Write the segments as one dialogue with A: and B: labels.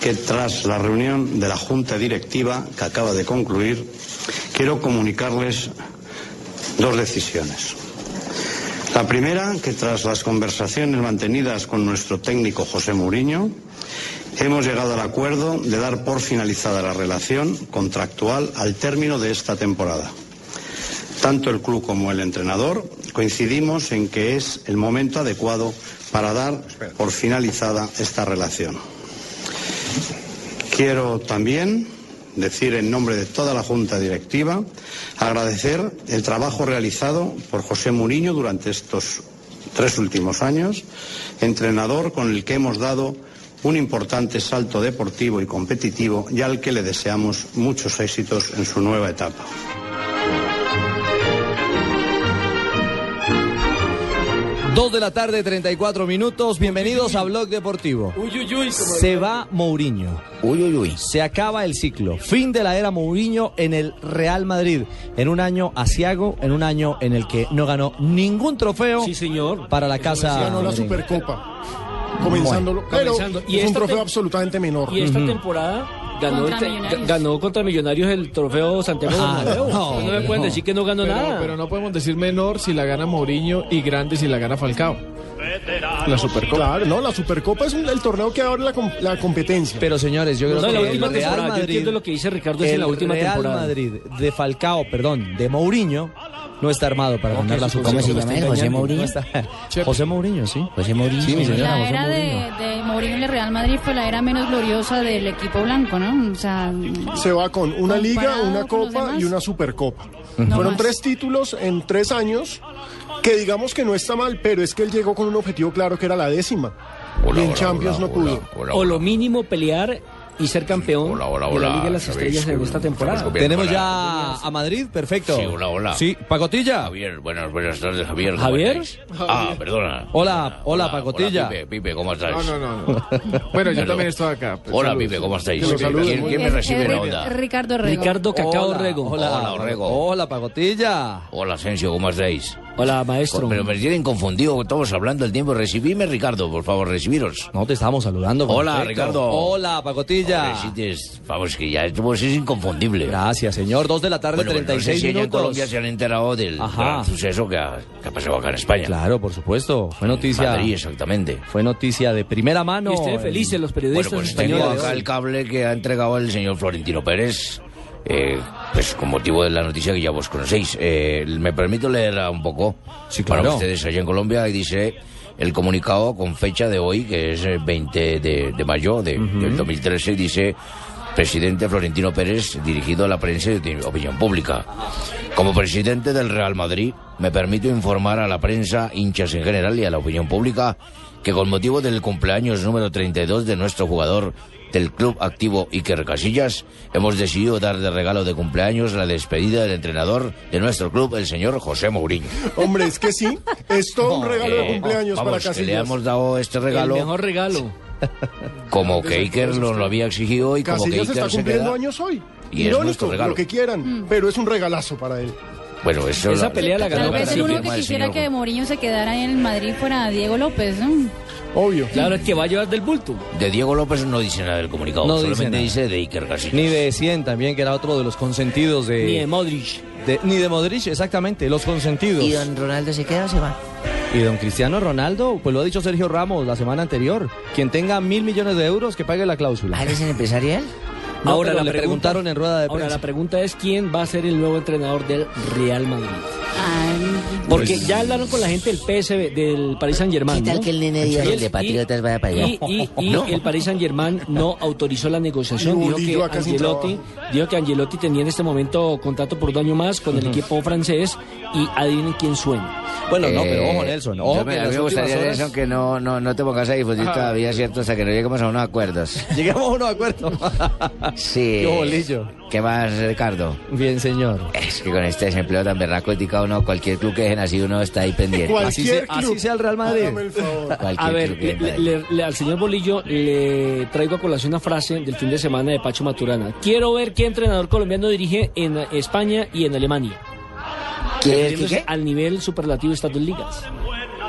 A: que tras la reunión de la Junta Directiva que acaba de concluir, quiero comunicarles dos decisiones. La primera, que tras las conversaciones mantenidas con nuestro técnico José Mourinho, hemos llegado al acuerdo de dar por finalizada la relación contractual al término de esta temporada. Tanto el club como el entrenador coincidimos en que es el momento adecuado para dar por finalizada esta relación. Quiero también decir en nombre de toda la Junta Directiva agradecer el trabajo realizado por José Mourinho durante estos tres últimos años, entrenador con el que hemos dado un importante salto deportivo y competitivo y al que le deseamos muchos éxitos en su nueva etapa.
B: Dos de la tarde, 34 minutos. Bienvenidos a Blog Deportivo.
C: Uy, uy, uy.
B: Se va Mourinho.
D: Uy, uy, uy.
B: Se acaba el ciclo. Fin de la era Mourinho en el Real Madrid. En un año asiago, en un año en el que no ganó ningún trofeo
C: Sí, señor.
B: para la
E: Se
F: Ah,
B: casa.
E: ganó la
B: merengue.
E: Supercopa. Comenzándolo. pero
C: comenzando. Y
E: es un
F: este
C: esta
E: trofeo
C: te-
E: absolutamente menor.
C: Y esta temporada ganó
F: Contra
C: el te-
F: Millonarios.
C: ganó contra Millonarios el trofeo Santiago
B: Ah,
C: Bernabéu.
B: no,
C: No, me pueden
B: no.
C: decir que no ganó nada.
G: Pero, pero no podemos decir menor si la gana Mourinho y grande si la gana Falcao. La Supercopa.
E: Claro, no, la Supercopa es un- el torneo que abre la, com- la competencia.
B: Pero señores, yo
C: No,
B: creo
C: en
B: que
C: la última
B: el Real
C: temporada. Yo
B: Madrid,
C: entiendo lo que dice Ricardo es
B: el
C: en la última
B: Real
C: temporada.
B: Madrid de Falcao, perdón, de Mourinho, no está armado para ganar la Supercopa.
D: ¿Cómo se llama él? José Mourinho.
B: No está- José Mourinho, sí.
D: José Mourinho.
G: Sí, mi señora,
F: La era de, de Mourinho en el Real Madrid fue la era menos gloriosa del equipo blanco, ¿no? O sea,
E: Se va con una
F: Comparado
E: liga, una
F: con los
E: copa
F: demás.
E: y una Supercopa.
F: No
E: Fueron
F: más.
E: tres títulos en tres años que digamos que no está mal, pero es que él llegó con un objetivo claro que era la décima. y en Champions no pudo.
C: o lo mínimo pelear y ser campeón
H: Hola, hola,
C: de
H: hola,
C: la Liga de las
H: Xavi,
C: Estrellas en
H: soy-
C: esta
H: estamos
C: temporada.
H: Bien,
B: Tenemos
H: hola.
B: ya a Madrid, perfecto.
H: Sí, hola, hola.
B: Sí, Pacotilla.
H: Javier, buenas, buenas tardes, Javier. ¿cómo
C: ¿Javier?
H: estáis? Ah, perdona.
B: Hola, hola, Pacotilla.
H: Pipe, Pipe, ¿cómo estás?
G: No, no, no. no. Bueno, yo
H: Hello.
G: también estoy acá. pues,
H: Hola, Pipe, ¿cómo estáis?
E: Que lo salude,
H: ¿Quién,
E: muy
H: quién me
F: es-
H: recibe
F: es
H: la onda?
F: eh, Ricardo Rego.
C: Ricardo Cacao
B: hola,
C: Rego.
B: Hola,
H: Hola, Orrego.
B: Hola, Pacotilla.
H: Hola, Asensio, ¿cómo estáis?
C: Hola, maestro.
H: Pero me tienen confundido, estamos hablando el tiempo. Recibime, Ricardo, por favor, recibiros.
B: No te estábamos saludando.
H: Hola,
B: perfecto.
H: Ricardo.
B: Hola, Pacotilla.
H: Recites- Vamos, que ya esto pues, es inconfundible.
B: Gracias, señor. Dos de la tarde,
H: Bueno, bueno, no sé
B: 36
H: si allá en
B: minutos.
H: Colombia se han enterado del
B: Ajá.
H: gran suceso que ha, que ha pasado acá en España.
B: Claro, por supuesto. Fue noticia.
H: Madrid, exactamente.
B: Fue noticia de primera mano.
C: y ustedes felices,
B: El-
C: los
H: Bueno,
C: periodistas
H: pues tengo
C: españoles.
B: ¿eh?
H: acá el cable que ha entregado el señor Florentino Pérez, eh, pues con motivo de la noticia que ya vos conocéis. Eh, me permito leerla un poco
B: Sí,
H: para
B: claro.
H: ustedes allá en Colombia y dice el comunicado con fecha de hoy, que es el 20 de, de mayo de- del 2013, dice... Presidente Florentino Pérez, dirigido a la prensa y de opinión pública. Como presidente del Real Madrid, me permito informar a la prensa, hinchas en general y a la opinión pública que con motivo del cumpleaños número 32 de nuestro jugador del club activo Iker Casillas, hemos decidido dar de regalo de cumpleaños la despedida del entrenador de nuestro club, el señor José Mourinho.
E: Hombre, es que sí, es todo un regalo de
H: Eh,
E: cumpleaños
H: vamos,
E: para
H: que le
E: Casillas.
H: hemos dado este regalo
C: El mejor regalo.
H: como que Iker nos lo había exigido y como que
E: Casillas está
H: Iker se queda...
E: cumpliendo años hoy.
H: Y es nuestro
E: Irónico,
H: regalo.
E: lo que
F: Mm.
E: quieran, pero es un regalazo para él.
H: Bueno, eso
C: Esa pelea la ganó
F: Tal
C: Pero
F: vez el
C: Casillas.
F: único que quisiera que Mourinho se quedara en el Madrid fuera Diego López, ¿no?
E: Obvio.
C: Claro, es que va a llevar del bulto.
H: De Diego López no dice nada del comunicado,
B: No dice
H: solamente
B: nada.
H: dice de Iker Casillas.
B: Ni de 100 también, que era otro de los consentidos de...
C: Ni de Modric.
B: de- ni de Modric, exactamente, los consentidos.
D: ¿Y don Ronaldo se queda o se va?
B: Y don Cristiano Ronaldo, pues lo ha dicho Sergio Ramos la semana anterior, quien tenga mil millones de euros que pague la
D: ¿Ah,
B: cláusula.
D: él es el empresarial?
B: No,
C: Ahora
B: pero
C: la
B: le
C: pregunta-
B: preguntaron en rueda de
C: Ahora,
B: prensa.
C: la pregunta es quién va a ser el nuevo entrenador del Real Madrid.
F: Ay,
C: Porque
E: Pues-
C: ya hablaron con la gente del PSV, del Paris Saint Germain.
D: ¿Qué tal que el nene diga que el de Patriotas vaya para allá?
C: Y, y- y el Paris Saint Germain no autorizó la negociación.
E: Y
C: Dijo
E: Bolillo
C: que,
E: acá sin
C: Angelotti, dijo que Angelotti tenía en este momento contrato por un año más con el equipo francés y adivinen quién suena.
B: Bueno, no,
H: Eh,
B: pero ojo, Nelson.
H: yo
B: Ojo, que en
H: me- a mí
B: las
H: me
B: últimas
H: gustaría,
B: horas Ah.
H: Nelson, que no, no, no te pongas a discutir todavía, ¿cierto? Hasta que no lleguemos a unos acuerdos.
B: Llegamos a unos acuerdos.
H: Sí.
B: Qué bolillo.
H: ¿Qué más, Ricardo?
B: Bien, señor.
H: Es que con este desempleo tan berraco, tica uno, cualquier club que dejen así, uno está ahí pendiente.
E: Cualquier
B: Así, se-
E: club.
B: así sea el Real Madrid.
E: Hágame el favor.
H: Cualquier
C: A ver,
H: club que
C: le-
H: dejen
C: le-
H: ahí.
C: le- le- al señor Bolillo le traigo a colación una frase del fin de semana de Pacho Maturana. Quiero ver qué entrenador colombiano dirige en España y en Alemania.
D: ¿Quiere ver que
C: Refiriéndose
D: qué?
C: Al nivel superlativo de estas dos ligas.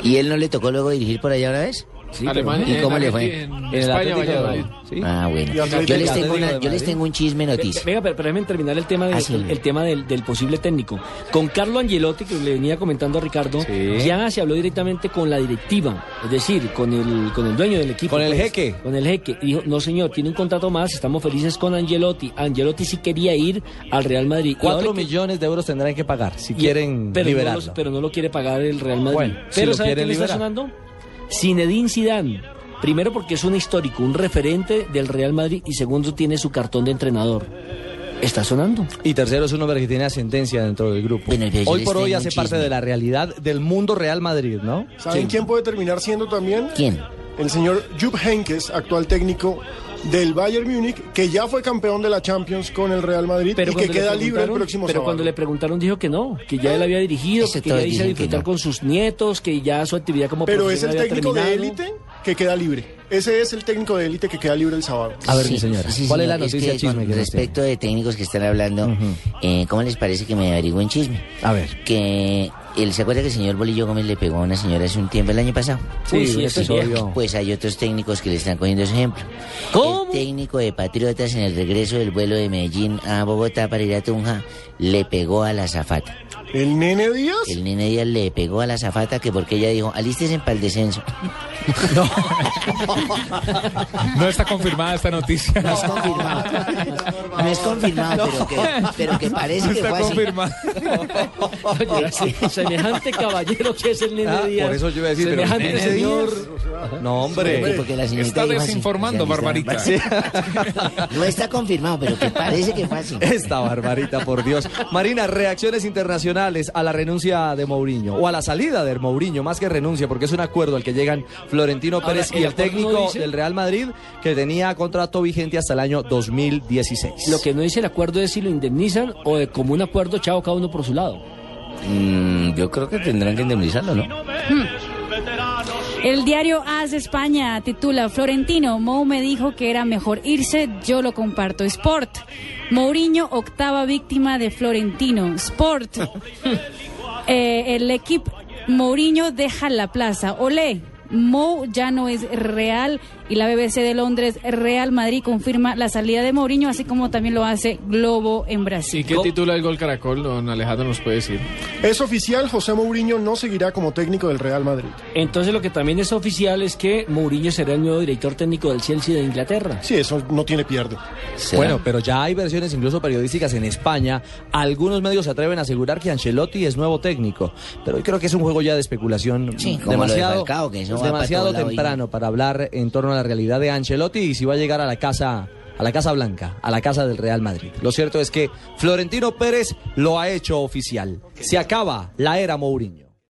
D: ¿Y él no le tocó luego dirigir por allá una vez?
C: Sí,
G: Alemania.
H: ¿Y
G: en
H: cómo le fue?
G: Alemania, En,
B: En el
G: España,
B: Atlético de
G: Valladolid.
B: Madrid.
G: Sí.
H: Ah, bueno.
E: Y Atlético
H: Yo les,
C: de
H: tengo una-
C: Madrid.
H: yo les tengo un chisme noticia.
C: Venga, pero, pero déjame terminar el tema, de-
H: Ah, sí.
C: el, el tema del, del posible técnico. Con Carlo Angelotti, que le venía comentando a Ricardo,
B: Sí.
C: ya se habló directamente con la directiva, es decir, con el, con el dueño del equipo. pues.
B: Con el jeque.
C: Con el jeque. Y dijo, no señor, tiene un contrato más, estamos felices con Angelotti. Angelotti sí quería ir al Real Madrid. Y ahora
B: Cuatro
C: que-
B: millones de euros tendrán que pagar si
C: y-
B: quieren
C: pero
B: liberarlo.
C: No lo, pero no lo quiere pagar el Real Madrid.
B: Bueno, si
C: pero
B: lo
C: ¿sabe
B: quiere
C: quién le está
B: liberar.
C: sonando? Zinedine Zidane. Primero porque es un histórico, un referente del Real Madrid y segundo tiene su cartón de entrenador. Está sonando.
B: Y tercero es un hombre que tiene ascendencia dentro del grupo.
H: Bueno, pero yo
B: Hoy
H: les
B: por hoy
H: tengo
B: hace
H: un
B: parte
H: chisme.
B: de la realidad del mundo Real Madrid, ¿no?
E: ¿Saben quién puede terminar siendo también?
H: ¿Quién?
E: El señor Jupp Heynckes, actual técnico del Bayern Múnich, que ya fue campeón de la Champions con el Real Madrid y que
C: cuando le
E: queda libre el
C: preguntaron-
E: próximo
C: Pero
E: sábado. Ah,
C: cuando le preguntaron dijo que no, que ya él había dirigido,
H: Eso
C: que
H: todos
C: ya hizo
H: dicen que
C: disfrutar
H: no.
C: con sus nietos, que ya su actividad como
E: Pero es
C: profesional
E: el
C: había
E: técnico de
C: terminado.
E: élite que queda libre. Ese es el técnico de élite que queda libre el sábado.
B: A ver,
H: Sí,
B: mi señora,
H: sí,
B: ¿cuál es la
H: señor,
B: noticia
H: que
B: chisme
H: con
B: que nos tiene?
H: Respecto de técnicos que están hablando, eh, ¿cómo les parece que me averigüen chisme?
B: A ver.
H: Que él se acuerda que el señor Bolillo Gómez le pegó a una señora hace un tiempo el año pasado.
C: Sí,
B: Uy,
C: sí,
B: un
C: eso es
B: episodio.
C: viejo.
H: Pues hay otros técnicos que le están cogiendo ese ejemplo.
C: ¿Cómo?
H: El técnico de Patriotas en el regreso del vuelo de Medellín a Bogotá para ir a Tunja le pegó a la zafata.
E: ¿El Nene Díaz?
H: El nene Díaz le pegó a la zafata que porque ella dijo, alístese para el descenso.
I: No está confirmada esta noticia.
H: No es confirmado. No es confirmado, pero, que, pero que parece que fue
I: Está
H: así.
I: confirmada.
C: Oye, se- semejante caballero que es el nene
B: Ah,
C: Díaz.
B: por eso yo iba a decir, pero
C: semejante
B: Nene
C: señor.
B: No,
H: Sí,
B: hombre.
H: porque la señorita
I: Está
H: dijo así.
I: desinformando,
H: O sea,
I: Barbarita.
H: No está confirmado, pero que parece que fue así.
B: Esta barbarita, por Dios. Marina, reacciones internacionales a la renuncia de Mourinho o a la salida de Mourinho, más que renuncia, porque es un acuerdo al que llegan Florentino
C: Ahora,
B: Pérez
C: el
B: y el
C: acuerdo no
B: técnico
C: dice-
B: del Real Madrid que tenía contrato vigente hasta el año 2016.
C: Lo que no dice el acuerdo es si lo indemnizan o de como un acuerdo, chao, cada uno por su lado.
J: Mm, yo creo que tendrán que indemnizarlo, ¿no?
F: El diario AS España titula Florentino, Mou me dijo que era mejor irse, yo lo comparto. Sport, Mourinho, octava víctima de Florentino. Sport, Eh, el equipo Mourinho deja la plaza. Olé, Mou ya no es real y la BBC de Londres, Real Madrid, confirma la salida de Mourinho, así como también lo hace Globo en Brasil.
G: ¿Y qué titula el gol Caracol, don Alejandro, nos puede decir?
E: Es oficial, José Mourinho no seguirá como técnico del Real Madrid.
C: Entonces lo que también es oficial es que Mourinho será el nuevo director técnico del Chelsea de Inglaterra.
E: Sí, eso no tiene pierde.
J: ¿Será?
B: Bueno, pero ya hay versiones incluso periodísticas en España. Algunos medios se atreven a asegurar que Ancelotti es nuevo técnico. Pero yo creo que es un juego ya de especulación
H: Sí, como lo de
B: demasiado,
H: Falcao, que eso va para
B: demasiado
H: todo lado
B: temprano para hablar en torno a la realidad de Ancelotti y si va a llegar a la casa a la Casa Blanca, a la Casa del Real Madrid. Lo cierto es que Florentino Pérez lo ha hecho oficial. Se acaba la era Mourinho.